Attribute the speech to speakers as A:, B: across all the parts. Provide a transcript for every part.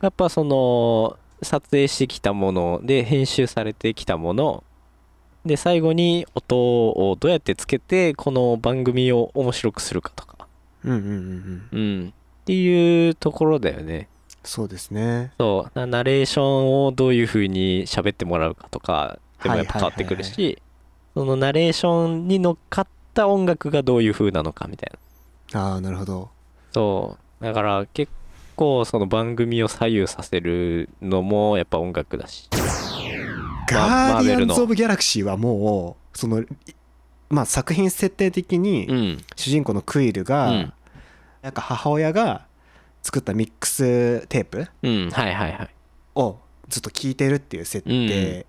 A: やっぱその撮影してきたもので編集されてきたもので最後に音をどうやってつけてこの番組を面白くするかとか、
B: うんうんうんうん
A: うん、っていうところだよね
B: そうですね
A: そうなナレーションをどういう風に喋ってもらうかとかでもやっぱ変わってくるし、
B: は
A: そのナレーションに乗っかった音楽がどういう風なのかみたいな
B: ああなるほど
A: そうだから結構その番組を左右させるのもやっぱ音楽だし
B: ガ
A: マ
B: ー
A: ー
B: デ
A: ベ
B: ィア
A: ル
B: ン
A: の
B: ズ・オブ・ギャラクシーはもうそのいまあ作品設定的
A: う
B: に
A: ん
B: 主人公のクイルが、
A: うん
B: なんか母親が作ったミックステープ
A: うんはいはいはい
B: をずっと聴いてるっていう設定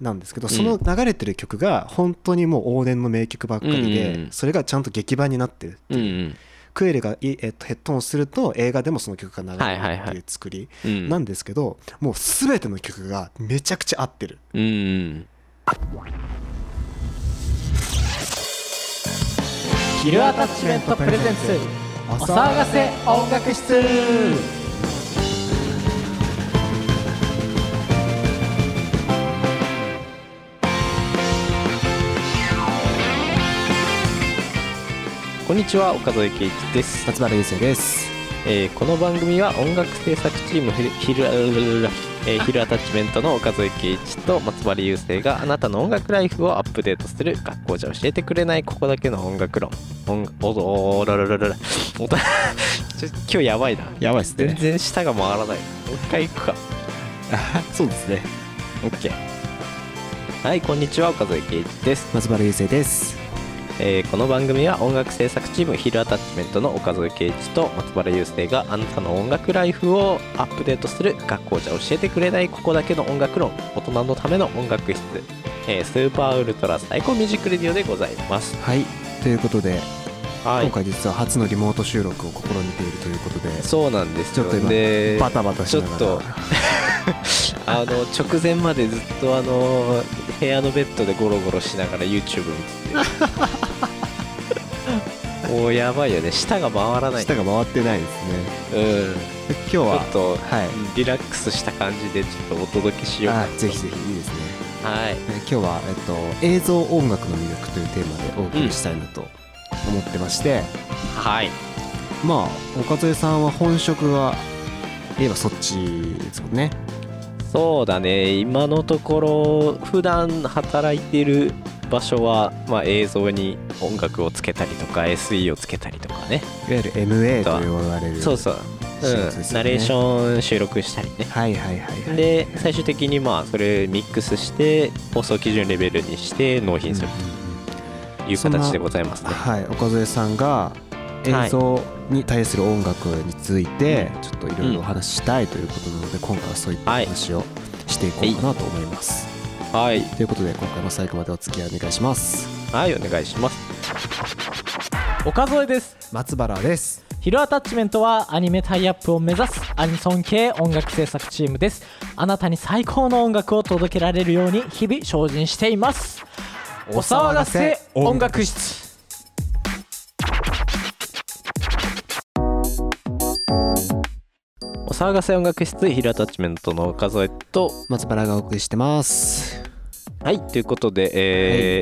B: なんですけど、その流れてる曲が本当にもう往年の名曲ばっかりで、
A: うんうん
B: それがちゃんと劇版になってるって
A: う
B: い
A: ん
B: う、クイルがい、えっと、ヘッドホンすると映画でもその曲が流れるっていう作り
A: うんうん
B: なんですけど、もう全ての曲がめちゃくちゃ合ってる
A: うんうん
C: ヒルアタッチメントプレゼンツ
B: お
C: お騒がせ音楽室
A: こんにちは岡添圭一です
B: 松原優生です
A: えーこの番組は音楽制作チームヒルヒルえーヒルアタッチメントの岡添圭一と松原雄生があなたの音楽ライフをアップデートする学校じゃ教えてくれないここだけの音楽論音おおらららららおたちょ今日やばいな
B: やばいっす
A: 全 然舌が回らないもう一回いくか
B: そうですね
A: OK はいこんにちは岡添圭一です、
B: 松原優生です
A: えーこの番組は音楽制作チームヒルアタッチメントの岡添圭一と松原雄生があなたの音楽ライフをアップデートする学校じゃ教えてくれないここだけの音楽論大人のための音楽室、えースーパーウルトラ最高ミュージックレディオでございます
B: はいということで、
A: は
B: 今回実は初のリモート収録を試みているということで
A: そうなんです
B: ちょ
A: よ
B: っと今
A: で
B: バタバタしながら
A: ちょっとあの直前までずっとあの部屋のベッドでゴロゴロしながら YouTube 見てて もうやばいよね舌が回らない
B: 舌が回ってないですね
A: うん
B: で今日
A: ちょ
B: は
A: っと
B: はい
A: リラックスした感じでちょっとお届けしようか
B: あ
A: なと
B: ぜひぜひいいですね
A: はい
B: で今日は、えっと、映像音楽の魅力というテーマでお送りしたいなと思ってまして、
A: はい
B: まあ岡添さんは本職は言えばそっちですもんね
A: そうだね今のところ普段働いてる場所は、まあ、映像に音楽をつけたりとか SE をつけたりとかね、
B: いわゆる MA と言われる
A: そうそう、
B: 仕
A: うん
B: 事ですよね
A: ナレーション収録したりね
B: はいはいはいはい
A: で最終的にまあそれミックスして放送基準レベルにして納品するという
B: そんな
A: 形でございますね。
B: はい岡添さんが映像に対する音楽についてちょっといろいろお話ししたいということなので、今回はそういったお話をしていこうかなと思います、
A: はい、
B: ということで今回も最後までお付き合いお願いします
A: はい、お願いします。岡添です。
B: 松原です
C: ヒルアタッチメントはアニメタイアップを目指すアニソン系音楽制作チームですあなたに最高の音楽を届けられるように日々精進していますお騒がせ音楽室
A: お騒がせ音楽室ヒルアタッチメントの岡添と
B: 松原がお送りしてます
A: はいということで、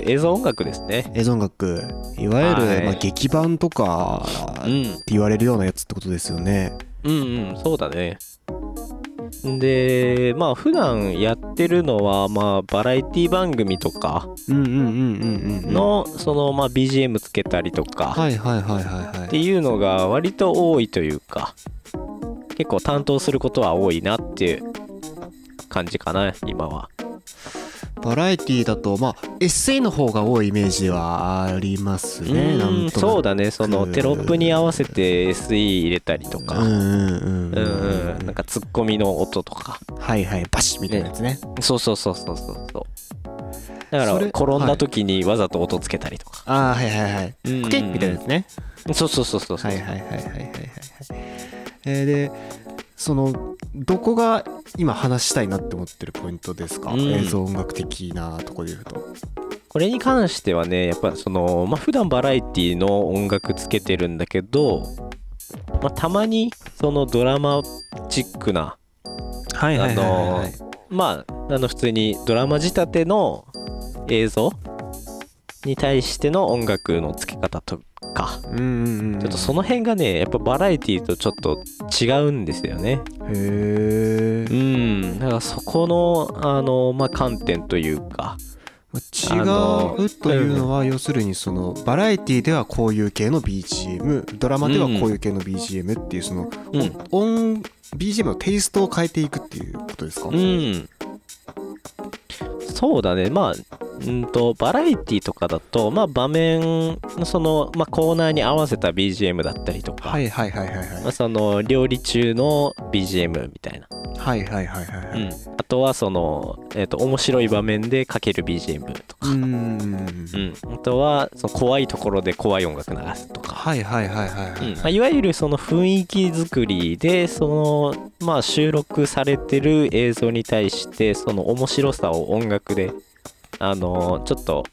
A: えー映像音楽ですね。
B: 映像音楽いわゆる、
A: はい
B: まあ、劇版とか
A: う
B: って
A: ん
B: 言われるようなやつってことですよね
A: うんうんそうだね。でまあ普段やってるのはまあバラエティ番組とか
B: うんうんうんうんうん
A: の、そのまあ BGM つけたりとか、
B: はいはいはいはいは
A: っ
B: い
A: ていうのが割と多いというか結構担当することは多いなっていう感じかな今は
B: バラエティだとまあ SE の方が多いイメージはあります
A: う
B: ね
A: ん
B: なんとなく
A: そうだねそのテロップに合わせて SE 入れたりと
B: う
A: か
B: んうんうん
A: うんうんなんかツッコミの音とか
B: はいはいバシッみたいなやつね
A: そうそうそうそうそうそうだから
B: それ
A: 転んだ時にわざと音つけたりとか、
B: ああはいはいはい
A: うん
B: コケッみたいなやつね
A: そうそうそうそうそう、
B: はいはいはいはいはいはいはいえーでそのどこが今話したいなって思ってるポイントですか、
A: うん
B: 映像音楽的なとこで言うと
A: これに関してはねやっぱそのまあ普段バラエティの音楽つけてるんだけど、まあ、たまにそのドラマチックな
B: はいはいはいはいはい、
A: あのまああの普通にドラマ仕立ての映像に対しての音楽の付け方とか
B: うんうんうん
A: ちょっとその辺がねやっぱバラエティとちょっと違うんですよね
B: へえ
A: うんだからそこのあの、まあ、観点というかあの
B: 違うというのは要するにそのバラエティではこういう系の BGM ドラマではこういう系の BGM っていうその
A: うん
B: 音 BGM のテイストを変えていくっていうことですか
A: うんそうだねまあうんとバラエティとかだと、まあ、場面のその、まあ、コーナーに合わせた BGM だったりとか、
B: はいはいはいはいはい
A: まあその料理中の BGM みたいな、
B: はいはいはいはいはい
A: あとはその、えー、と面白い場面でかける BGM とか、
B: うーん
A: うんあとはその怖いところで怖い音楽流すとか、
B: はいはいはいはいは
A: うん
B: い
A: まあ、いわゆるその雰囲気作りでその、まあ、収録されてる映像に対してその面白さを音楽で、あのーちょっと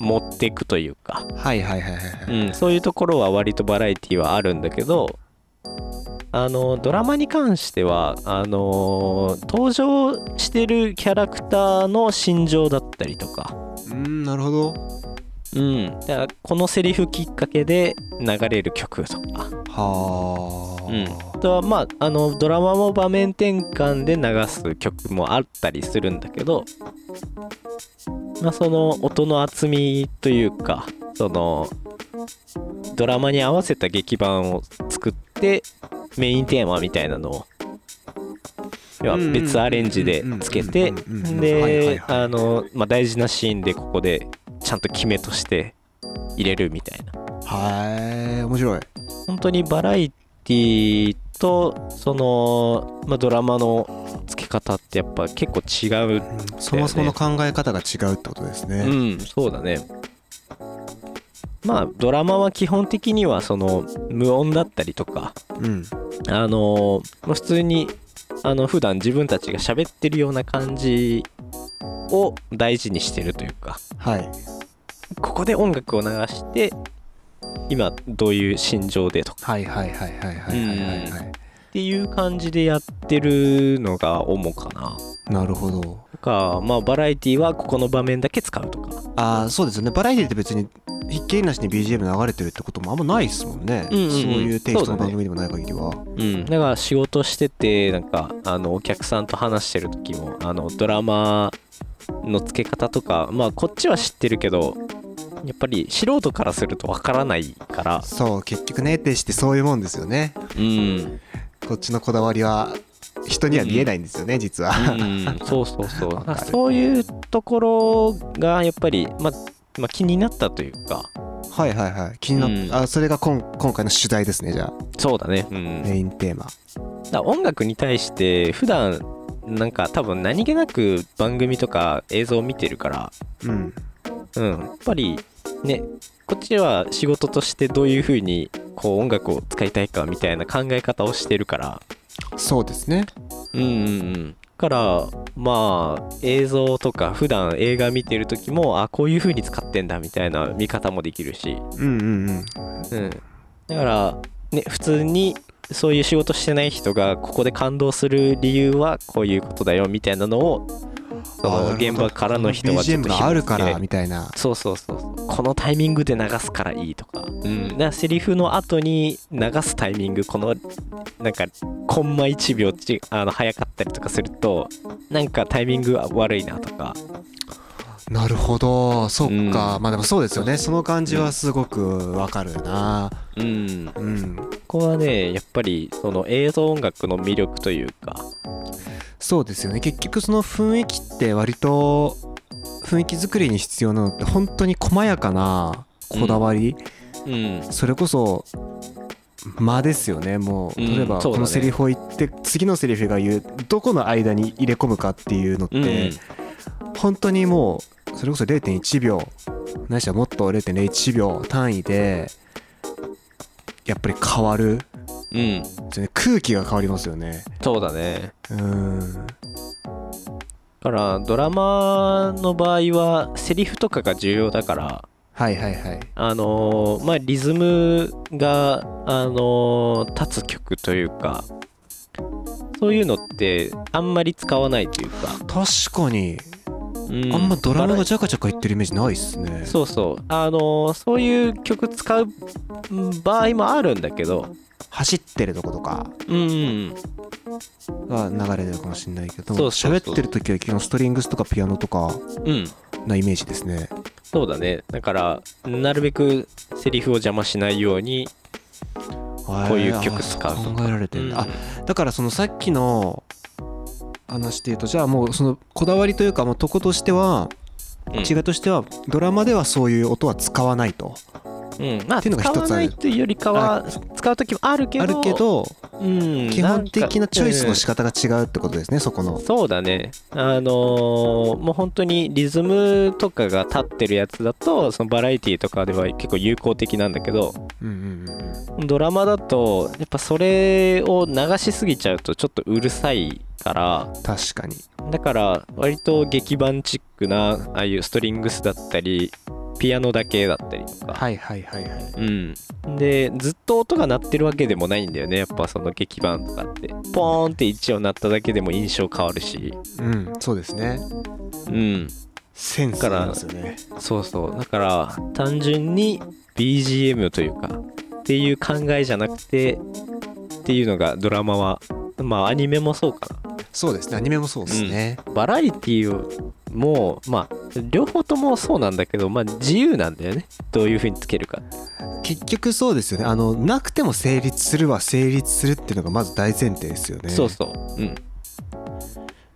A: 持っていくというか、
B: はいはいはいはいは
A: う
B: い
A: ん、そういうところは割とバラエティはあるんだけどあのドラマに関してはあのー登場してるキャラクターの心情だったりとか、
B: うーんなるほど
A: うん、だからこのセリフきっかけで流れる曲とか
B: はあ、
A: うんあとはまああのドラマも場面転換で流す曲もあったりするんだけど、まあ、その音の厚みというかそのドラマに合わせた劇版を作ってメインテーマみたいなのを要は別アレンジでつけて
B: うんうんうんうんうんうんはいはい
A: で
B: はい
A: あの、まあ、大事なシーンでここでちゃんと決めとして入れるみたいな。
B: はい面白い
A: 本当にバラエティとその、まあ、ドラマの付け方ってやっぱ結構違う、
B: うんそもそもの考え方が違うってことですね、
A: うんそうだねまあドラマは基本的にはその無音だったりとか
B: うん、
A: あのまあ普通にあの普段自分たちが喋ってるような感じを大事にしてるというか
B: はい
A: ここで音楽を流して今どういう心情でとか
B: はいはいはいはいはいはいはいはい
A: っていう感じでやってるのが主かな。
B: なるほど
A: とか、まあ、バラエティはここの場面だけ使うとか。
B: ああそうですよねバラエティって別にひっきりなしに BGM 流れてるってこともあんまないですもんね、
A: うんうんうん
B: そういうテイスト
A: そうだね
B: の番組でもない限りは、
A: うん。だから仕事してて、なんか、あの、お客さんと話してる時も、あの、ドラマの付け方とか、まあ、こっちは知ってるけど、やっぱり素人からするとわからないから、
B: そう結局ねってしてそういうもんですよね
A: うん。
B: こっちのこだわりは人には見えないんですよね、実は、
A: うん、そうそうそう。だ
B: わ
A: か
B: からる
A: そういうところが、やっぱり、まあ、まあ、気になったというか、
B: はいはいはい気になった、あそれがこん今回の主題ですねじゃあ
A: そうだね。うん。
B: メインテーマ
A: だから音楽に対して普段なんか多分何気なく番組とか映像を見てるから、
B: うん
A: うん、やっぱりねこっちは仕事としてどういう風にこう音楽を使いたいかみたいな考え方をしてるから
B: そうですね
A: うんうんうんだからまあ映像とか普段映画見てる時もあこういう風に使ってんだみたいな見方もできるし、
B: うんうんうん
A: うん、だからね普通にそういう仕事してない人がここで感動する理由はこういうことだよみたいなのをその
B: あーなる
A: 現
B: ほど
A: 場からの人はちょっと
B: BGM があ
A: 紐
B: る
A: 付
B: か
A: け
B: らみたいな
A: そうそうそうこのタイミングで流すからいいとか,、うん、だからセリフの後に流すタイミングこのなんかコンマ1秒ちあの早かったりとかするとなんかタイミングが悪いなとか
B: なるほどそっか、
A: う
B: まあでもそうですよねその感じはすごくわかるな
A: うんこ
B: うん
A: こはねやっぱりその映像音楽の魅力というか
B: そうですよね結局その雰囲気って割と雰囲気作りに必要なのって本当に細やかなこだわり、
A: うん
B: それこそ間ですよねもう
A: うん
B: 例えば
A: そうだ
B: こ
A: ね
B: のセリフを言って、次のセリフが言うどこの間に入れ込むかっていうのっ
A: うん
B: て、本当にもうそれこそ0.1秒ないしはもっと0.01秒単位でやっぱり変わる
A: うん、
B: ですよね空気が変わりますよね
A: そうだね。
B: うん
A: だからドラマの場合はセリフとかが重要だから、
B: はいはいはい
A: あのーまあリズムがあのー立つ曲というか、そういうのってあんまり使わないというか、
B: 確かに
A: う
B: あんまドラム
A: バ
B: が
A: ラ
B: ジャカジャカ言ってるイメージないっすね
A: そうそうあのそういう曲使う場合もあるんだけど
B: 走ってるとことか
A: うん
B: が流れてるかもしれないけど
A: そうそうそう
B: 喋ってる時は基本ストリングスとかピアノとか
A: うん
B: なイメージですね
A: そうだねだからなるべくセリフを邪魔しないように
B: こ
A: こういう曲使うとか
B: 考えられてるんだ、
A: う
B: あだからそのさっきの話で言うとじゃあもうそのこだわりというかもうとことしては
A: うん
B: 違いとしてはドラマではそういう音は使わないと
A: うん、まあ
B: っていうの
A: 使
B: が一つある
A: わないというよりかは使う時もあるけど
B: あるけど
A: うん、
B: 基本的なチョイスの仕
A: 方、
B: 方が違うってことですねそこの
A: うんそうだねあのーもう本当にリズムとかが立ってるやつだとそのバラエティとかでは結構有効的なんだけど
B: うんうんうんうん
A: ドラマだとやっぱそれを流しすぎちゃうとちょっとうるさいから
B: 確かに
A: だから割と劇版チックなああいうストリングスだったりピアノだけだったりとか、
B: はいはいはいはい
A: うん、でずっと音が鳴ってるわけでもないんだよねやっぱその劇版とかってポーンって一音鳴っただけでも印象変わるし
B: うんそうですね
A: うん
B: センスありますよね
A: そうそうだから単純に BGM というかっていう考えじゃなくてっていうのがドラマはまあアニメもそうか
B: そうですねアニメもそうですね、
A: なバラエティーもまあ両方ともそうなんだけどまあ自由なんだよねどういう風につけるか
B: 結局そうですよねあのなくても成立するは成立するっていうのがまず大前提ですよね
A: そうそう。うん。だか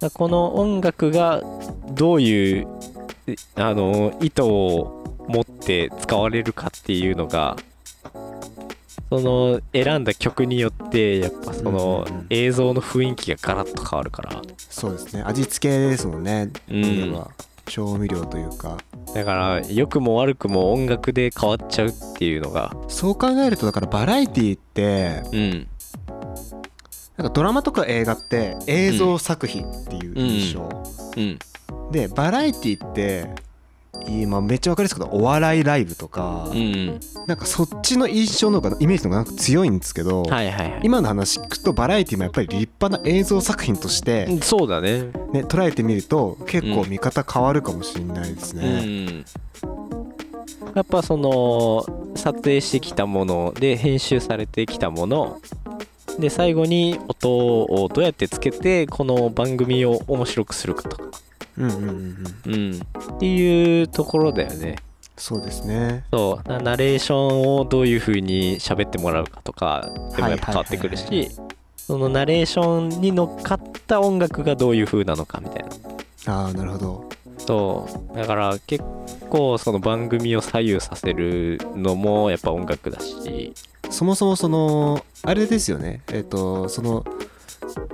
A: らこの音楽がどういうえあの意図を持って使われるかっていうのがその選んだ曲によってやっぱその
B: うんうんうん
A: 映像の雰囲気がガラッと変わるから
B: そうですね味付けですもんね、
A: うん
B: いわば調味料というか
A: だから良くも悪くも音楽で変わっちゃうっていうのが
B: そう考えるとだからバラエティって
A: うん
B: なんかドラマとか映画って映像作品っていう印象、
A: うん
B: でバラエティって今めっちゃ分かりやすく言うとお笑いライブとか、
A: うん
B: なんかそっちの印象の方がイメージの方がなんか強いんですけど、
A: はいはいはい
B: 今の話聞くとバラエティもやっぱり立派な映像作品として、
A: うんそうだね
B: ね、捉えてみると結構見方変わるかもしれないですね。
A: うん、やっぱその撮影してきたもので編集されてきたもので最後に音をどうやってつけてこの番組を面白くするかとか、
B: うんうんうんうん、
A: うん、っていうところだよね
B: そうですね。
A: そうなナレーションをどういう風に喋ってもらうかとかでもやっぱ変わってくる
B: はいはい
A: しそのナレーションに乗っかった音楽がどういう風なのかみたいな
B: ああなるほど。
A: そうだから結構その番組を左右させるのもやっぱ音楽だし
B: そもそもそのあれですよね。えっ、とその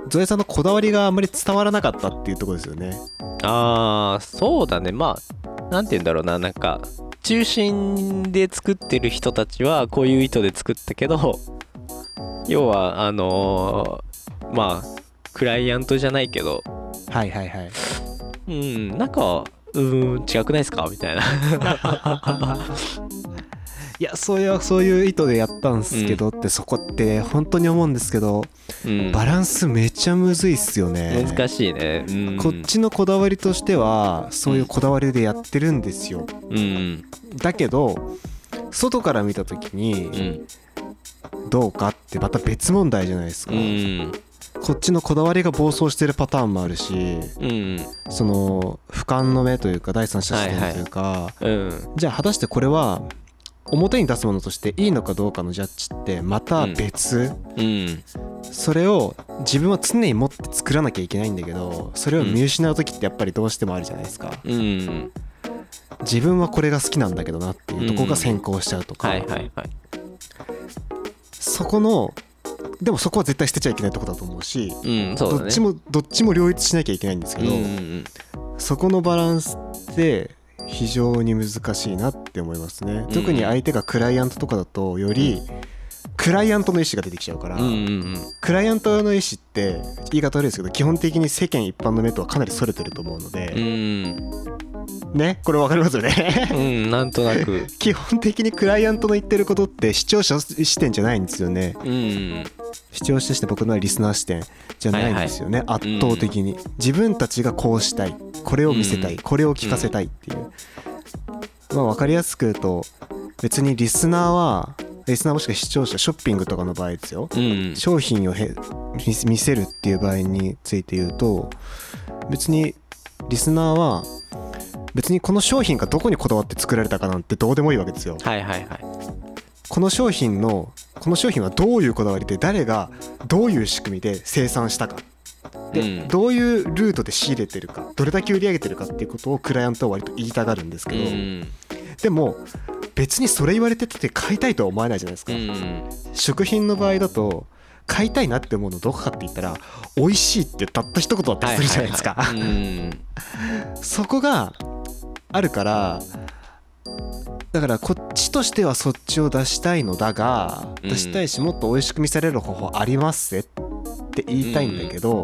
B: ゾエさんのこだわりがあんまり伝わらなかったっていうところですよね。
A: ああそうだねまあなんて言うんだろうななんか中心で作ってる人たちはこういう意図で作ったけど要はあのーまあクライアントじゃないけど
B: はいはいはい。
A: うんなんかうーん違くないですかみたいな
B: いやそういうそういう意図でやったんですけどって、そこって本当に思うんですけど
A: うん
B: バランスめちゃむずいっすよね。
A: 難しいねうん
B: こっちのこだわりとしてはそういうこだわりでやってるんですよ。
A: うん
B: だけど外から見た時
A: う
B: に
A: ん
B: どうかってまた別問題じゃないですか、
A: うん
B: こっちのこだわりが暴走してるパターンもあるし
A: うん
B: その俯瞰の目というか第三者視点というか、
A: うん
B: じゃあ果たしてこれは表に出すものとしていいのかどうかのジャッジってまた別、
A: うん
B: それを自分は常に持って作らなきゃいけないんだけどそれを見失う時ってやっぱりどうしてもあるじゃないですか、
A: うん
B: 自分はこれが好きなんだけどなっていうとこが先行しちゃうとか、
A: はいはいはい
B: そこのでもそこは絶対捨てちゃいけないとこだと思うし
A: うんそうだね
B: どっちもどっちも両立しなきゃいけないんですけ
A: うん
B: ど、
A: うん
B: そこのバランスって非常に難しいなって思いますね、特に相手がクライアントとかだとより、クライアントの意思が出てきちゃうから、
A: うんうんうんうん
B: クライアントの意思って言い方悪いですけど基本的に世間一般の目とはかなりそれてると思うの
A: う
B: で、
A: ん
B: ねこれわかりますよね
A: うんなんとなく
B: 基本的にクライアントの言ってることって視聴者視点じゃないんですよね
A: うん
B: 視聴者視点僕のはリスナー視点じゃないんですよね、圧倒的に、自分たちがこうしたいこれを見せたい、これを聞かせたいっていう、まあ分かりやすく言うと別にリスナーはリスナーもしくは視聴者ショッピングとかの場合ですよ、
A: うんうん、
B: 商品をへ見せるっていう場合について言うと別にリスナーは別にこの商品がどこにこだわって作られたかなんてどうでもいいわけですよ。
A: はいはいはい、
B: この商品のこの商品はどういうこだわりで誰がどういう仕組みで生産したかで、うん、どういうルートで仕入れてるかどれだけ売り上げてるかっていうことをクライアントは割と言いたがるんですけど、うん、でも別にそれ言われてて買いたいとは思わないじゃないですか、うん、食品の場合だと買いたいなって思うのどこかって言ったら美味しいってたった一言だったりするじゃないですか、はいはいはい、そこがあるからだからこっちとしてはそっちを出したいのだが、出したいしもっと美味しく見せれる方法ありますぜって言いたいんだけど、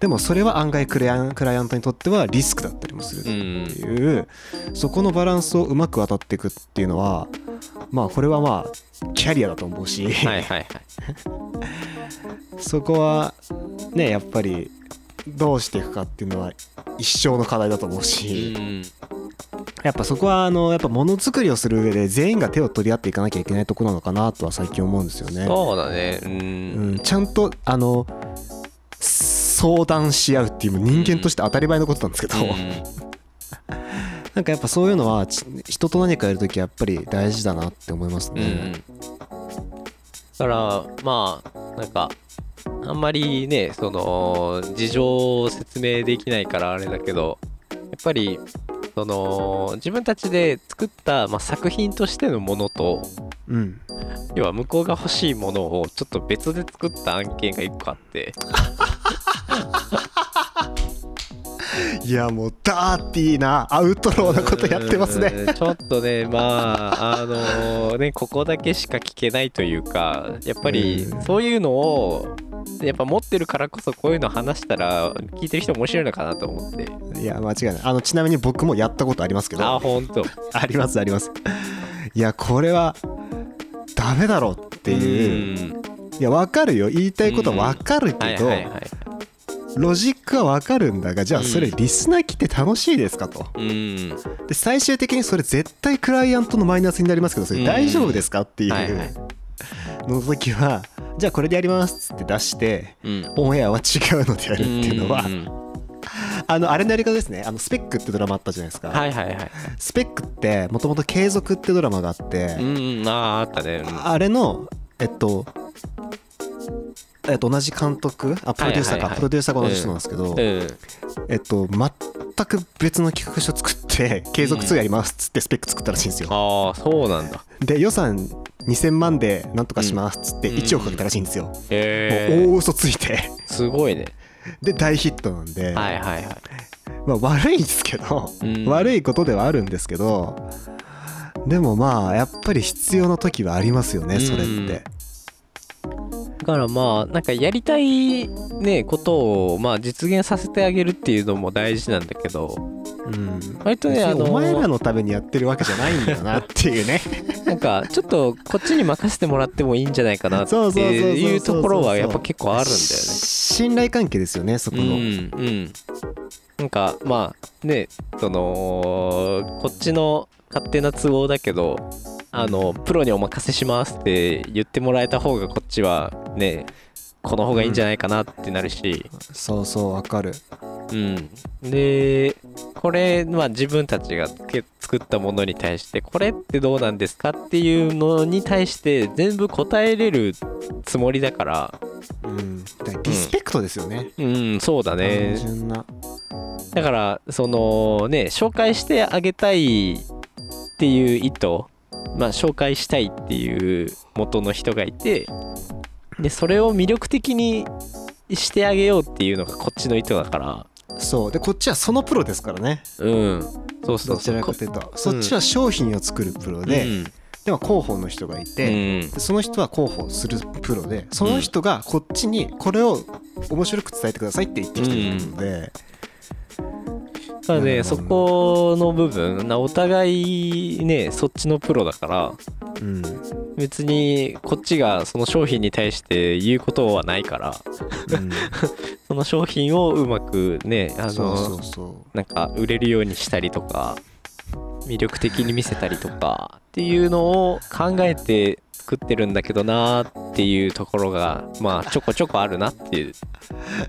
B: でもそれは案外クライアントにとってはリスクだったりもするっていう、そこのバランスをうまく渡っていくっていうのはまあこれはまあキャリアだと思うし
A: はいはい、はい、
B: そこはねやっぱりどうしていくかっていうのは一生の課題だと思うし、やっぱそこはあのやっぱものづくりをする上で全員が手を取り合っていかなきゃいけないとこなのかなとは最近思うんですよね。
A: そうだね、うん、
B: うん、ちゃんとあの相談し合うっていう人間として当たり前のことなんですけど、うん、 なんかやっぱそういうのは人と何かやるときやっぱり大事だなって思いますね。
A: うん、だからまあなんかあんまりね、その、事情を説明できないからあれだけど、やっぱり、その、自分たちで作った、まあ、作品としてのものと、
B: うん、
A: 要は向こうが欲しいものをちょっと別で作った案件が1個あって
B: いやもうダーティーなアウトローなことやってますね
A: ちょっとねまああのー、ねここだけしか聞けないというかやっぱりそういうのをやっぱ持ってるからこそこういうの話したら聞いてる人面白いのかなと思って
B: いや間違いないあのちなみに僕もやったことありますけど
A: あ本当
B: ありますありますいやこれはダメだろっていういやわかるよ言いたいことはわかるけど、はいはいはいロジックはわかるんだがじゃあそれリスナー来て楽しいですかと、
A: うん、
B: で最終的にそれ絶対クライアントのマイナスになりますけどそれ大丈夫ですかっていう、うんはいはい、の時はじゃあこれでやりますって出して、うん、オンエアは違うのでやるっていうのは、うんうん、あのあれのやり方ですねあのスペックってドラマあったじゃないですか、
A: はいはいはい、
B: スペックってもともと継続ってドラマがあって、
A: うん、ああったね、
B: あれのえっとえっと、同じ監督あプロデューサーか、はいはいはい、プロデューサーが同じ人なんですけど、うん、えっと、全く別の企画書作って継続2やりますっつってスペック作ったらしいんですよ、うん、
A: ああそうなんだ
B: で予算2000万でなんとかしますっつって1億かけたらしいんですよ、うん、
A: も
B: う大嘘ついて
A: すごいね
B: で大ヒットなんで、
A: はいはいはい
B: まあ、悪いんですけど、悪いことではあるんですけどでもまあやっぱり必要な時はありますよねそれって。
A: だからまあなんかやりたいねことをまあ実現させてあげるっていうのも大事なんだけど、
B: うん、割とねあのお前らのためにやってるわけじゃないんだなってい うね
A: なんかちょっとこっちに任せてもらってもいいんじゃないかなって いうところはやっぱ結構あるんだよね、
B: 信頼関係ですよねそこの、うん
A: うん、なんかまあねそのこっちの勝手な都合だけどあのプロにお任せしますって言ってもらえた方がこっちはねこの方がいいんじゃないかなってなるし、
B: うん、そうそうわかる
A: うんでこれまあ自分たちが作ったものに対してこれってどうなんですかっていうのに対して全部答えれるつもりだから
B: うんリスペクトですよね、
A: うん、うん、そうだねだからそのね紹介してあげたいっていう意図まあ、紹介したいっていう元の人がいてでそれを魅力的にしてあげようっていうのがこっちの意図だから
B: そうでこっちはそのプロですからね
A: うんそうそう
B: どちらかというとそっちは商品を作るプロで、うん、では広報の人がいて、うん、その人は広報するプロでその人がこっちにこれを面白く伝えてくださいって言ってきてるので、うん
A: だから
B: な
A: ね
B: るほ
A: そ
B: どね
A: この部分なお互いねそっちのプロだから
B: うん
A: 別にこっちがその商品に対して言うことはないからその商品をうまくね あの
B: うん、そうそうそ
A: なんか売れるようにしたりとか魅力的に見せたりとかっていうのを考えて作ってるんだけどなーっていうところがまあちょこちょこあるなっていう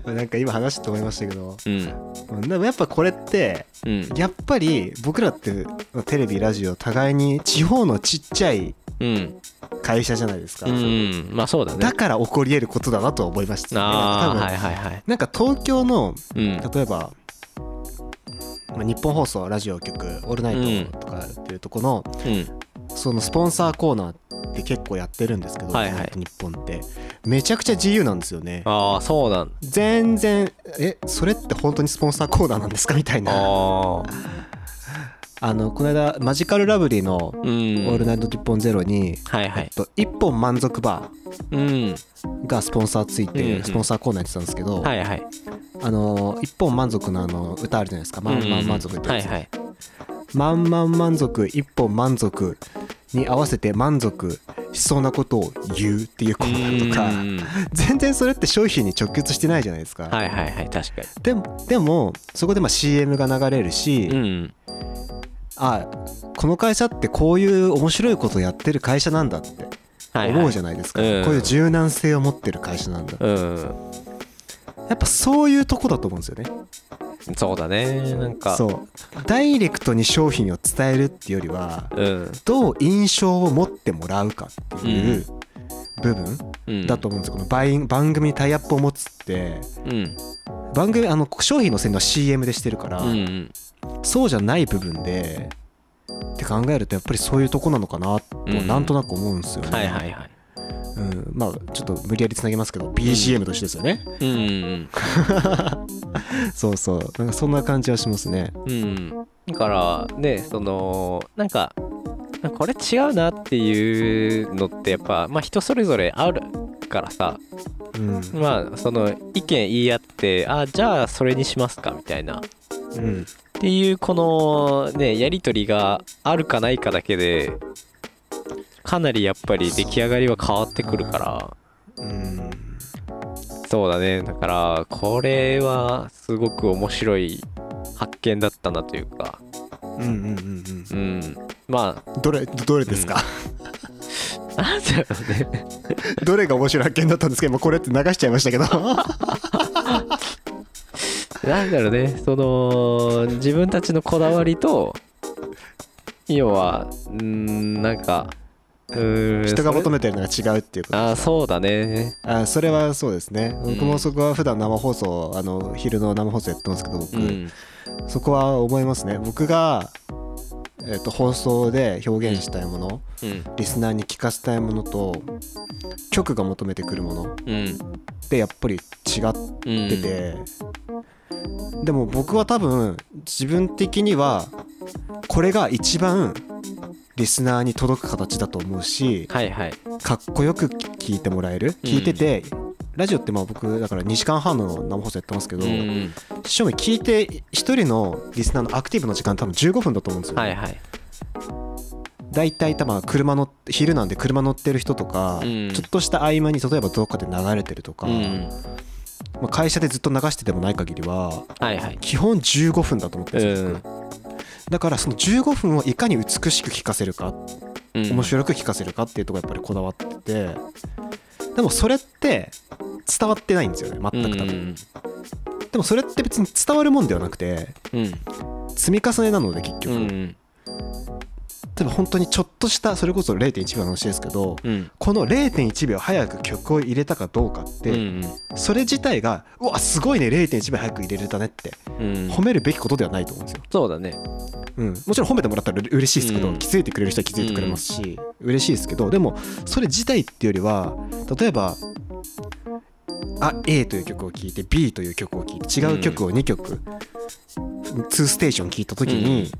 B: うなんか今話して思いましたけど
A: うん
B: うんでもやっぱこれって
A: うん
B: やっぱり僕らってテレビラジオ互いに地方のちっちゃい
A: うん
B: 会社じゃないですか、
A: うんまあそうだね
B: だから起こり得ることだなと思いましたね
A: あ
B: 多
A: あ
B: 分
A: はいはいはい
B: なんか東京の
A: うん
B: 例えば、まあ、日本放送ラジオ局「オールナイト」とかっていうとこの、
A: う
B: そのスポンサーコーナーって結構やってるんですけど、
A: はいはい
B: 日本ってめちゃくちゃ自由なんですよね
A: んああそうなんだ
B: 全然えそれって本当にスポンサーコーナーなんですかみたいな
A: ああ
B: あのこの間マジカルラブリーの
A: う
B: 「オ
A: ん
B: ールナイト日本ゼロに、
A: はいはい
B: と一本満足バ
A: うん
B: ーがスポンサーつい
A: うんう
B: て
A: ん
B: スポンサーコーナーやってたんですけど、
A: はいはい
B: あの一本満足のあの歌あるじゃないですか「
A: う
B: ま
A: ん
B: んまん満足」って
A: は
B: や
A: い
B: つ
A: はい
B: まんまん満足一本満足に合わせて満足しそうなことを言うっていうコーナー とか
A: うん
B: 全然それって商品に直結してないじゃないですか、
A: はいはいはい確か
B: でもでもそこでまあ CM が流れる
A: に
B: し、
A: うん
B: あこの会社ってこういう面白いことやってる会社なんだって
A: はいはい
B: 思うじゃないですか、
A: うん
B: こういう柔軟性を持ってる会社なんだ、
A: うん
B: やっぱそういうとこだと思うんですよね
A: そうだねなんか
B: そうダイレクトに商品を伝えるっていうよりは
A: うん
B: どう印象を持ってもらうかっていう部分
A: うん
B: だと思うんですよ、このバイン番組にタイアップを持つって
A: うん
B: 番組あの商品の宣伝は CM でしてるから、
A: うんうん
B: そうじゃない部分でって考えるとやっぱりそういうとこなのかなと
A: うん
B: なんとなく思うんですよね、
A: はいはいはい
B: うん、まあちょっと無理やりつなげますけど BGM としてですよね、
A: うんうん
B: そうそうなんかそんな感じはしますね
A: うんだからねそのなんかこれ違うなっていうのってやっぱまあ人それぞれあるからさ
B: うん
A: まあその意見言い合ってあじゃあそれにしますかみたいな
B: うん
A: っていうこのねやり取りがあるかないかだけでかなりやっぱり出来上がりは変わってくるから
B: うん
A: そうだねだからこれはすごく面白い発見だったなというか
B: うんうんうんうん
A: うんまあ
B: どれどれですか、
A: なんだろうね
B: どれが面白い発見だったんですけどもうこれって流しちゃいましたけ ど
A: なんだろうねその自分たちのこだわりと要はうーんなんかうーん
B: 人が求
A: め
B: めてるのが違うっていうこと
A: あーそうだね
B: あそれはそうですね、
A: うん
B: 僕もそこは普段生放送あの昼の生放送やってますけど僕、
A: うん
B: そこは思いますね僕が、えっと放送で表現したいもの、
A: うん
B: リスナーに聞かせたいものと局が求めてくるもの
A: うん
B: ってやっぱり違っ
A: うん
B: てて、でも僕は多分自分的にはこれが一番リスナーに届く形だと思うし
A: はいはい
B: かっこよく聞いてもらえる
A: うん
B: 聞いてて、ラジオってまあ僕だから2時間半の生放送やってますけど、
A: うん
B: 正味聞いて1人のリスナーのアクティブの時間多分15分だと思うんですよ、
A: はいはい
B: だいたい多分車の昼なんで車乗ってる人とか、
A: うん
B: ちょっとした合間に例えばどっかで流れてるとか、
A: うん
B: まあ、会社でずっと流しててもない限りは
A: はいはい
B: 基本15分だと思って
A: う
B: るんですよ、
A: ん
B: だからその15分をいかに美しく聞かせるか
A: うん
B: 面白く聞かせるかっていうところやっぱりこだわっててでもそれって伝わってないんですよね全く多分、でもそれって別に伝わるもんではなくて
A: うん
B: 積み重ねなので結
A: う
B: 局、例
A: ん
B: えば本当にちょっとしたそれこそ0.1秒の話ですけど
A: うん
B: この0.1秒早く曲を入れたかどうかって、
A: うん
B: それ自体がうわすごいね0.1秒早く入れれたねって
A: うん
B: 褒めるべきことではないと思うんですよ、
A: そうだね
B: うん、もちろん褒めてもらったら嬉しいですけど、
A: うん
B: 気づいてくれる人は気づいてくれますし、嬉しいですけどでもそれ自体っていうよりは例えばあ A という曲を聴いて B という曲を聴いて違う曲を2曲、2ステーション聴いた時に、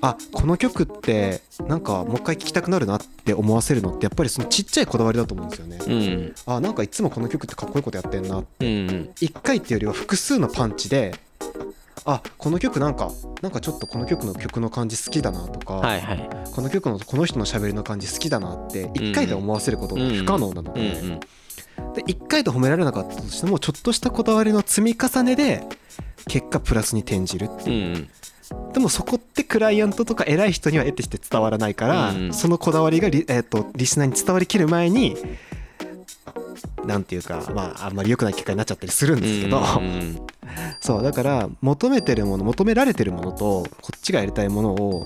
B: あこの曲ってなんかもう一回聴きたくなるなって思わせるのってやっぱりそのちっちゃいこだわりだと思うんですよね。
A: うん
B: あなんかいつもこの曲ってかっこいいことやってんな
A: うん
B: 1回っていうよりは複数のパンチであこの曲なんかなんかちょっとこの曲の曲の感じ好きだなとか、
A: はいはい
B: この曲のこの人の喋りの感じ好きだなって1回で思わせることが不可能なの
A: う
B: で,、
A: んうん
B: で1回で褒められなかったとしてもちょっとしたこだわりの積み重ねで結果プラスに転じるって
A: う
B: いうん
A: うん
B: でもそこってクライアントとか偉い人には得てして伝わらないから、
A: うん
B: そのこだわりがリ,、えー、とリスナーに伝わりきる前になんていうか、まあ、あんまり良くない結果になっちゃったりするんですけど、
A: うんうんうん
B: そうだから求めてるもの求められてるものとこっちがやりたいものを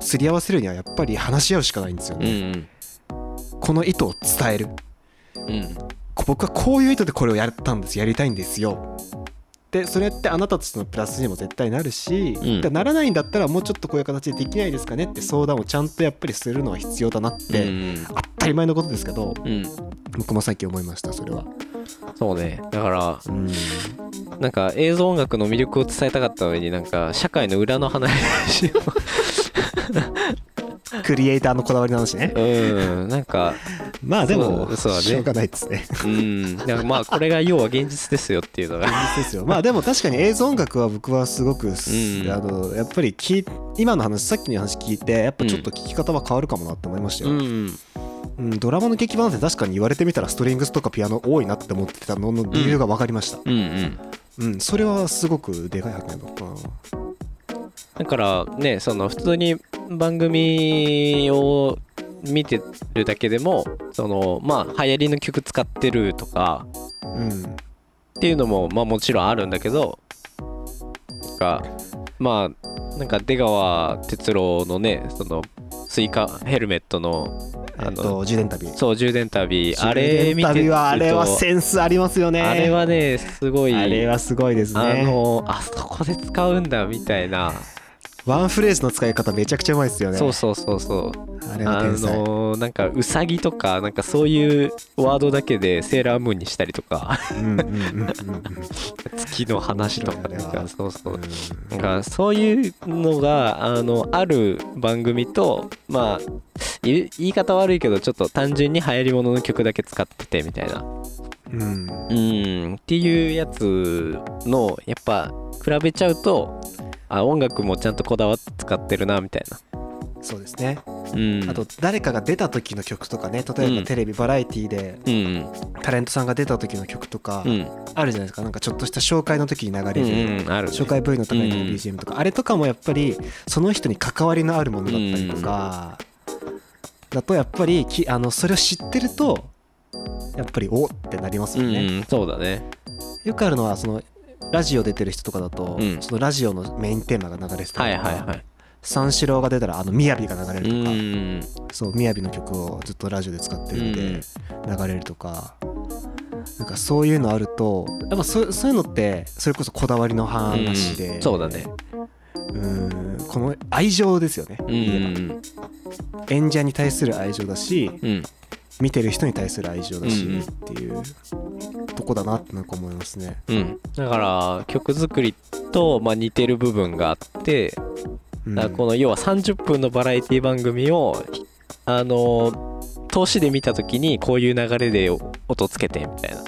B: すり合わせるにはやっぱり話し合うしかないんですよ
A: う
B: ね、
A: ん
B: この意図を伝える
A: うんうん
B: こ僕はこういう意図でこれをやったんですやりたいんですよでそれってあなたたちのプラスにも絶対なるし、
A: うん
B: でならないんだったらもうちょっとこういう形でできないですかねって相談をちゃんとやっぱりするのは必要だなって、
A: うん
B: 当たり前のことですけど
A: うん
B: 僕も最近思いましたそれは
A: そうねだから
B: うん
A: なんか映像音楽の魅力を伝えたかった上になんか社会の裏の話を
B: クリエイターのこだわりの話ね
A: うんなんか
B: まあでも
A: そうそうだね
B: しょうがないですね
A: うんだからまあこれが要は現実ですよっていうのが
B: ですよまあでも確かに映像音楽は僕はすごくす、
A: うん
B: あのやっぱり聞い今の話さっきの話聞いてやっぱちょっと聞き方は変わるかもなって思いましたよ、うん
A: ん
B: ドラマの劇版って確かに言われてみたらストリングスとかピアノ多いなって思ってたのの理由が分かりました
A: うんうん
B: うん、それはすごくでかい発見だったな
A: だからねその普通に番組を見てるだけでもそのまあ流行りの曲使ってるとか
B: うん
A: っていうのもまあもちろんあるんだけどなんかまあなんか出川哲朗のねそのスイカヘルメットの
B: え
A: あ
B: っ
A: の
B: と充電旅
A: そう充電旅あれ見て
B: 充電旅はあれはセンスありますよね
A: あれはねすごい
B: あれはすごいです
A: あ
B: ね
A: のあそこで使うんだみたいな、
B: ワンフレーズの使い方めちゃくちゃうまいですよね
A: そうそうそうそう
B: あれは
A: あ
B: 天才
A: のーなんかウサギとかなんかそういうワードだけでセーラームーンにしたりと か
B: うんうんうんうん
A: 月の話とか
B: 面白
A: なん
B: いあれは
A: かそうそううんなんかそういうのがあのある番組とまあ言い言い方悪いけどちょっと単純に流行りものの曲だけ使っててみたいな
B: うんうん
A: うんっていうやつのやっぱ比べちゃうとあ音楽もちゃんとこだわって使ってるなみたいな。
B: そうですね、
A: うん、
B: あと誰かが出た時の曲とかね例え
A: うん
B: ばテレビ、バラエティで
A: うんうん
B: タレントさんが出た時の曲とか、
A: うん
B: あるじゃないですかなんかちょっとした紹介の時に流れ
A: う
B: る、
A: んうんあるね
B: 紹介 V の高いの BGM とか、あれとかもやっぱりその人に関わりのあるものだったりとか、だとやっぱりきあのそれを知ってるとやっぱりおってなります
A: う
B: よ
A: ん
B: ね、
A: うんそうだね
B: よくあるのはそのラジオ出てる人とかだと、
A: うん
B: そのラジオのメインテーマが流れてた
A: は
B: り
A: い
B: とか、
A: はいはい
B: 三四郎が出たらあの「みやび」が流れるとか、
A: うん
B: そう、みやびの曲をずっとラジオで使ってるんで、流れるとか、なんかそういうのあると、やっぱそうそういうのって、それこそこだわりの話で、
A: うんそうだね
B: うん、この愛情ですよね、
A: うんうん
B: 演者に対する愛情だし、
A: うん
B: 見てる人に対する愛情だし、
A: うんうん
B: っていうとこだなってなんか思いますね。
A: うんだから曲作りとまあ似てる部分があって
B: うん
A: だからこの要は30分のバラエティ番組をあの投資で見た時にこういう流れで音つけてみたいな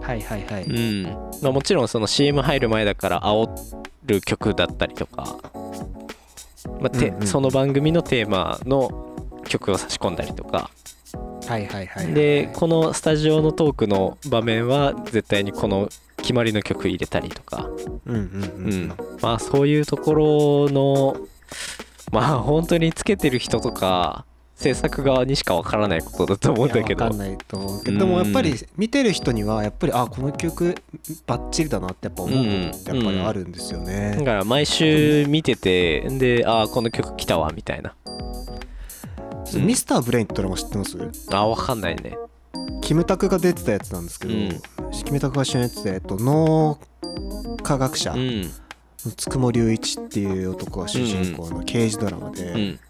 B: はいはいはい。
A: うんまあ、もちろんその CM 入る前だから煽る曲だったりとか、まあて
B: うんうん
A: その番組のテーマの曲を差し込んだりとか、
B: はいはいはい、はい。
A: でこのスタジオのトークの場面は絶対にこの決まりの曲入れたりとか、
B: うんうん
A: う
B: うんんうん。
A: まあそういうところのまあ本当につけてる人とか制作側にしかわからないことだと思うんだけ
B: いや
A: ど
B: わかんないと思うけどでもやっぱり見てる人にはやっぱりあこの曲バッチリだなってやっぱ思うことってやっぱりあるんですよね、
A: だから毎週見ててでああこの曲来たわみたいなうん
B: ミスターブレインってドラマ知ってます
A: あわかんないね
B: キムタクが出てたやつなんですけど、キムタクが主演やってた、えっと、脳科学者
A: う
B: の
A: ん
B: つくも隆一っていう男が主人公の刑事ドラマで、
A: うん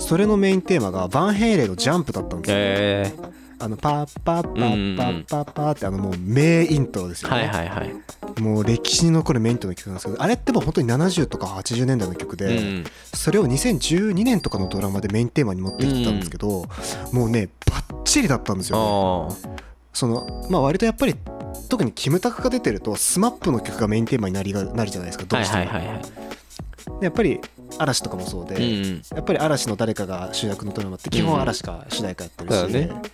B: それのメインテーマがバンヘイレンの「ジャンプ」だったんですよ、
A: え
B: あのパッパッパッパッパッパーってあのもう名イントロです
A: ー、
B: よね、
A: はいはいはい
B: もう歴史に残るメイントロの曲なんですけどあれってもう本当に70とか80年代の曲で、
A: うん
B: それを2012年とかのドラマでメインテーマに持ってきてたんですけど、もうねバッチリだったんですよ、ね、
A: あ
B: そのまあ割とやっぱり特にキムタクが出てると SMAP の曲がメインテーマになりがなるじゃないですかど
A: は
B: う
A: い
B: しても、
A: はいはいはい
B: でやっぱり嵐とかもそうで、
A: うん
B: やっぱり嵐の誰かが主役のドラマって基本嵐が主題歌やってるし、
A: うんそうだ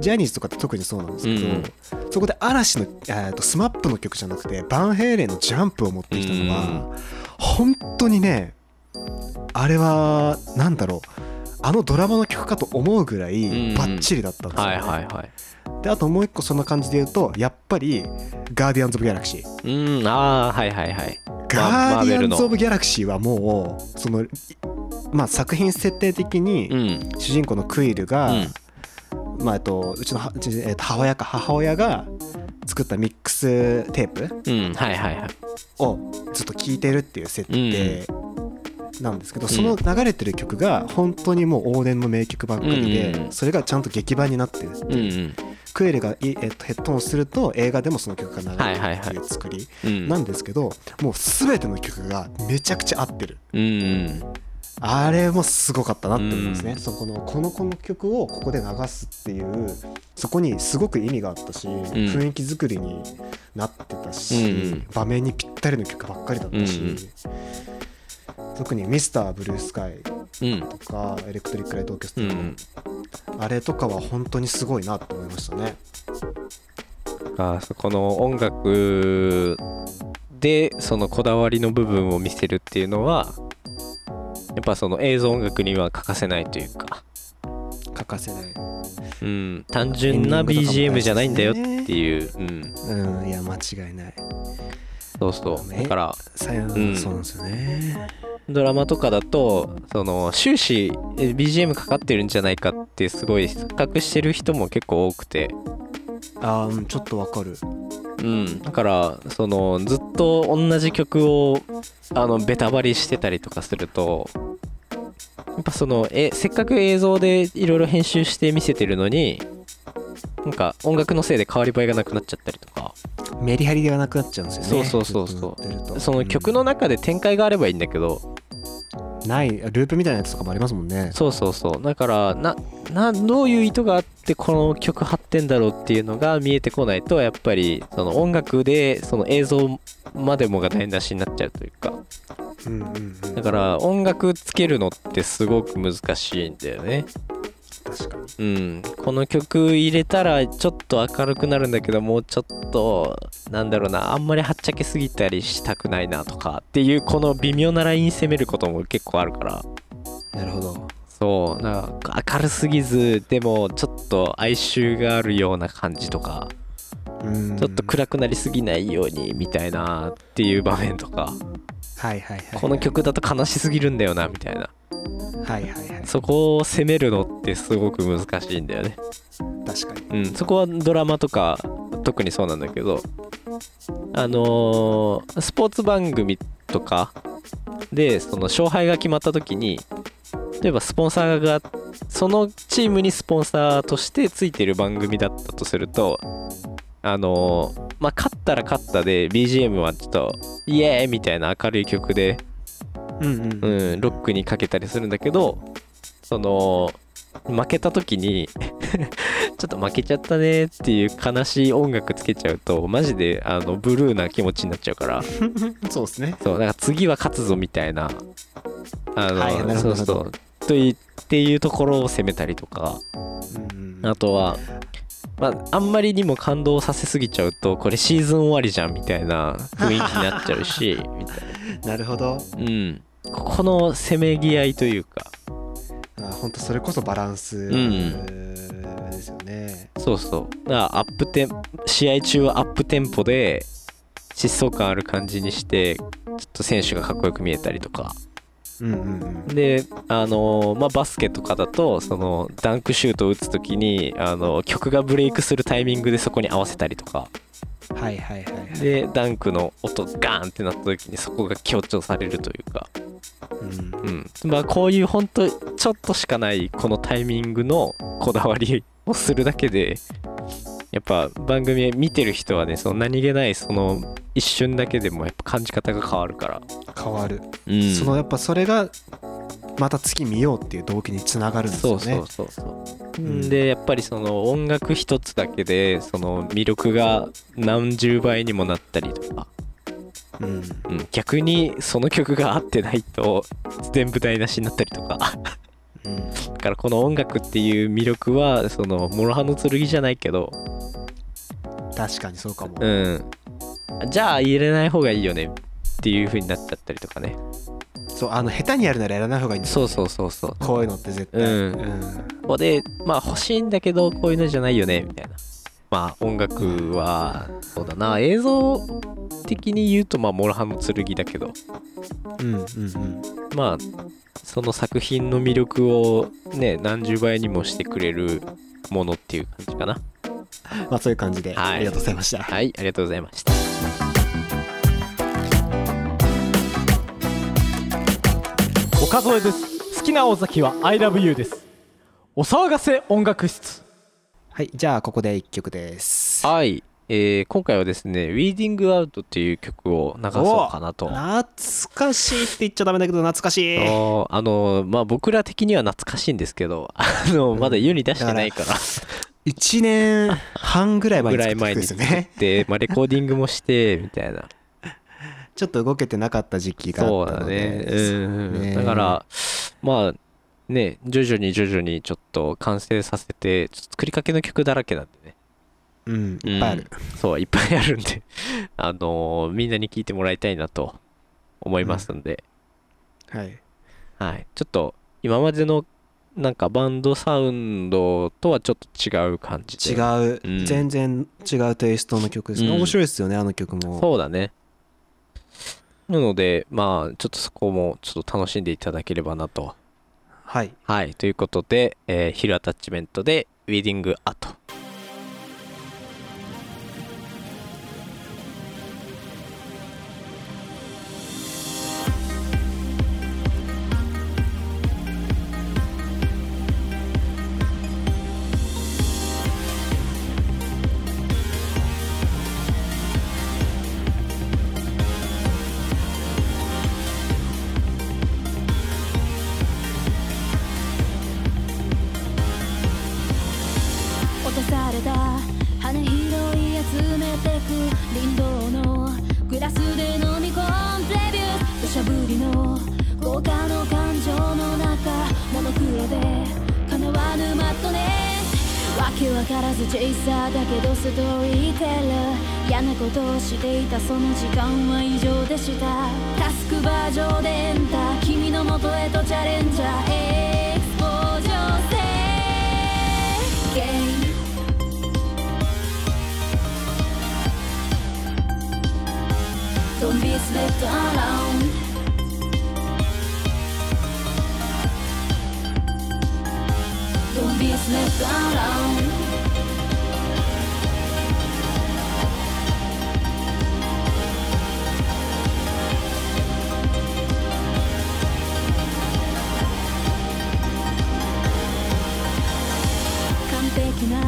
B: ジャニーズとかって特にそうなんですけど、そこで嵐のえーと SMAP の曲じゃなくてバンヘイレンの「ジャンプ」を持ってきたのは、本当にねあれはなんだろうあのドラマの曲かと思うぐら
A: うんう
B: い
A: ん
B: バッチリだったんですよ、
A: は
B: ね
A: いはいはい
B: であともう一個そんな感じで言うとやっぱり「ガーディアンズ・オブ・ギャラクシー」
A: うんああはいはいはい
B: ガーデ
A: マーベ
B: ィア
A: ル
B: ン
A: の
B: ズ・オブ・ギャラクシーはもうその、いまあ、作品設定的
A: う
B: に
A: ん
B: 主人公のクイルが、
A: うん
B: まあ、えっとうちのは、ちえっと、母親か母親が作ったミックステープ
A: うんはいはいはい
B: をずっと聴いてるっていう設定なんですけど、その流れてる曲が本当にもう往年の名曲ばっかりで、
A: うん
B: それがちゃんと劇版になってる
A: うんうん
B: クイルがい、えっと、ヘッドホンすると映画でもその曲が流れるっていう作り
A: うん
B: なんですけどもう全ての曲がめちゃくちゃ合ってる。
A: うんうん
B: あれもすごかったなって思いますね、
A: うん
B: そこのこのこの曲をここで流すっていうそこにすごく意味があったし、雰囲気作りになってたし、
A: うんうん
B: 場面にぴったりの曲ばっかりだったし、
A: うんうん
B: 特に「ミスターブルースカイ
A: うん
B: とか「エレクトリック・ライト・オーケスト
A: う
B: ラ」
A: ん
B: あれとかは本当にすごいなと思いましたね。
A: あーそこの音楽でそのこだわりの部分を見せるっていうのはやっぱその映像音楽には欠かせないというか、
B: 欠かせない、
A: うん、単純な
B: エンディングとかも大事ですね
A: BGM じゃないんだよっていう、うん、
B: うん、いや間違いない
A: そうそう
B: ね
A: だから
B: さよ、
A: ん
B: そうなんですよね
A: ドラマとかだとその終始え BGM かかってるんじゃないかってすごい錯覚してる人も結構多くて、
B: あーうんちょっとわかる
A: うん、だからそのずっと同じ曲をあのベタバリしてたりとかするとやっぱそのえせっかく映像でいろいろ編集して見せてるのになんか音楽のせいで変わり映えがなくなっちゃったりとか
B: メリハリがなくなっちゃうんですよね。
A: そうそうそうそう
B: ずっとやってると
A: その曲の中で展開があればいいんだけど、
B: うんないループみたいなやつとかもありますもんね。
A: そうそうそうだからななどういう意図があってこの曲張ってんだろうっていうのが見えてこないとやっぱりその音楽でその映像までもが台無しになっちゃうというか
B: うんうんうん、
A: だから音楽つけるのってすごく難しいんだよね
B: 確かに。
A: うんこの曲入れたらちょっと明るくなるんだけどもうちょっとなんだろうなあんまりはっちゃけすぎたりしたくないなとかっていうこの微妙なライン攻めることも結構あるから
B: なるほど。
A: そうなんか明るすぎずでもちょっと哀愁があるような感じとか、
B: うん
A: ちょっと暗くなりすぎないようにみたいなっていう場面とか、
B: はいはいはい。
A: この。曲だと悲しすぎるんだよなみたいな
B: はいはいはい。
A: そこを攻めるのってすごく難しいんだよね、
B: 確かに。
A: うん、そこはドラマとか特にそうなんだけどあのースポーツ番組とかでその勝敗が決まった時に例えばスポンサーがそのチームにスポンサーとしてついてる番組だったとするとあのーまあ勝ったら勝ったで BGM はちょっとイエーイみたいな明るい曲で
B: うんうん。
A: うん、ロックにかけたりするんだけどその負けた時に ちょっと負けちゃったねっていう悲しい音楽つけちゃうとマジであのブルーな気持ちになっちゃうから
B: そうですね。
A: そうなんか次は勝つぞみたいなあの、
B: はいなるほ
A: そ
B: ど
A: うそうといっていうところを攻めたりとか
B: うんうん
A: あとは、まあ、あんまりにも感動させすぎちゃうとこれシーズン終わりじゃんみたいな雰囲気になっちゃう しみたい
B: なるほ
A: な、
B: ど。
A: うん、ここのせめぎ合いというか
B: あ本当それこそバランス
A: ん
B: ですよね。
A: そうそうだからアップテン試合中はアップテンポで疾走感ある感じにしてちょっと選手がかっこよく見えたりとか
B: うんうんうん。
A: であのーまあ、バスケとかだとそのダンクシュートを打つ時に、あの曲がブレイクするタイミングでそこに合わせたりとか
B: はいはいはいはい。
A: でダンクの音ガーンってなった時にそこが強調されるというか、
B: うん
A: うんまあ、こういうほんとちょっとしかないこのタイミングのこだわりをするだけでやっぱ番組見てる人はねその何気ないその一瞬だけでもやっぱ感じ方が変わるから、
B: 変わる。
A: うん
B: そのやっぱそれがまた次見ようっていう動機につながるんです
A: そ
B: よ
A: う
B: ね
A: そうそうそう、
B: ん
A: でやっぱりその音楽一つだけでその魅力が何十倍にもなったりとか、
B: うん
A: うん、逆にその曲が合ってないと全部台無しになったりとか
B: うん
A: だからこの音楽っていう魅力はその諸刃の剣じゃないけど
B: 確かにそうかも、
A: うんじゃあ入れない方がいいよねっていう風になっちゃったりとかね
B: そうあの下手にやるならやらない方がいいんです
A: そうそうそうそう
B: こういうのって絶対、
A: うんここでまあ欲しいんだけどこういうのじゃないよねみたいなまあ音楽はそうだな映像的に言うとまあモラハの剣だけど
B: うんうんうん
A: まあその作品の魅力をね何十倍にもしてくれるものっていう感じかな
B: まあそういう感じで、
A: はい
B: ありがとうございました、
A: はいありがとうございました
C: 岡添です好きな尾崎は ILOVEYOU ですお騒がせ音楽室
B: はい、じゃあここで一曲です
A: はい、えー今回はですね「ウィーディングアウトっていう曲を流そうかなと
B: 懐かしいって言っちゃダメだけど懐かしい
A: あーあのまあ僕ら的には懐かしいんですけど あのまだ世に出してないから
B: 1年半ぐらい前
A: ぐ
B: に
A: ら
B: 作
A: い前
B: った曲で
A: に
B: すよ
A: 作
B: ね
A: って、まあ、レコーディングもしてみたいな
B: ちょっと動けてなかった時期があ
A: そう
B: った
A: だ
B: の
A: ね
B: で
A: うんうん
B: ね
A: だからまあね徐々に徐々にちょっと完成させてちょっと作りかけの曲だらけなんでね
B: うんいっぱいある、
A: そういっぱいあるんであのみんなに聴いてもらいたいなと思いますんで、
B: はい
A: はい、ちょっと今までのなんかバンドサウンドとはちょっと違う感じで
B: 違う、
A: うん
B: 全然違うテイストの曲ですね、
A: うん
B: 面白いですよねあの曲も
A: そうだねなのでまあちょっとそこもちょっと楽しんでいただければなと
B: はい
A: はいということで、えーヒルアタッチメントでウィーディングアート
D: 落とされた羽拾い集めてく林道のグラスで飲み込んでビュー土砂降りの豪華の感情の中モノクロで叶わぬマットねわけわからずチェイサーだけどストーリーテラー嫌なことをしていたその時間は異常でしたタスクバージョンでエンター君の元へとチャレンジャーエクスポージョー制Don't be slept alone. Don't be slept alone.「完璧な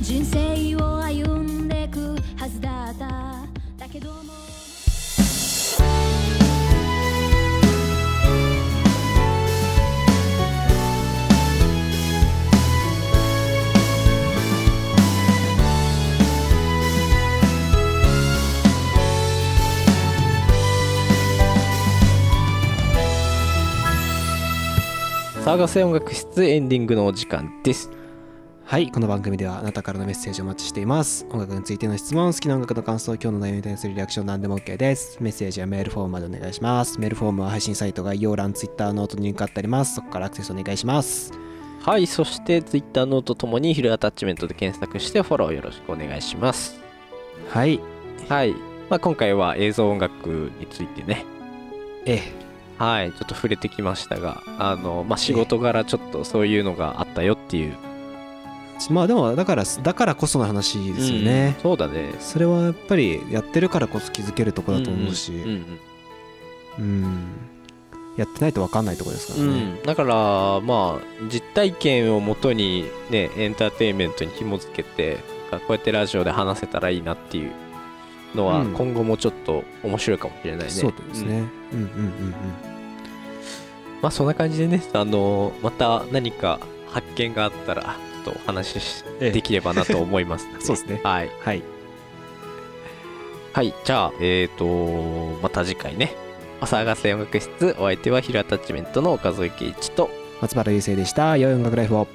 D: 人生を歩んでくはずだった」「だけども」
A: 騒がせ音楽室エンディングのお時間です
B: はいこの番組ではあなたからのメッセージをお待ちしています音楽についての質問好きな音楽の感想今日の内容に対するリアクション何でも OK ですメッセージはメールフォームまでお願いしますメールフォームは配信サイト概要欄 Twitter ノートにリンクあってありますそこからアクセスお願いします
A: はいそして Twitter ノートともにヒルアタッチメントで検索してフォローよろしくお願いします
B: はい
A: はい、まあ、今回は映像音楽についてね
B: ええ
A: はい、ちょっと触れてきましたが、あの、まあ、仕事柄ちょっとそういうのがあったよっていう。
B: まあでもだからだからこその話ですよね
A: うん、そうだね。
B: それはやっぱりやってるからこそ気づけるとこだと思うし、
A: んん
B: うんやってないと分かんないところですから
A: うん
B: ね、
A: うんだから、まあ、実体験をもとに、ね、エンターテインメントに紐付けて、こうやってラジオで話せたらいいなっていうのは、
B: うん
A: 今後もちょっと面白いかもしれないね。
B: そうですね、うん、うんうんうん
A: まあそんな感じでね、あのまた何か発見があったら、ちょっとお話しし
B: ええ
A: できればなと思いますの
B: そうですね
A: はい。
B: はい
A: はい、じゃあ、えーと、また次回ね。お騒がせ音楽室、お相手はヒルアタッチメントの岡添圭一と、
B: 松原優生でした良い音楽ライフを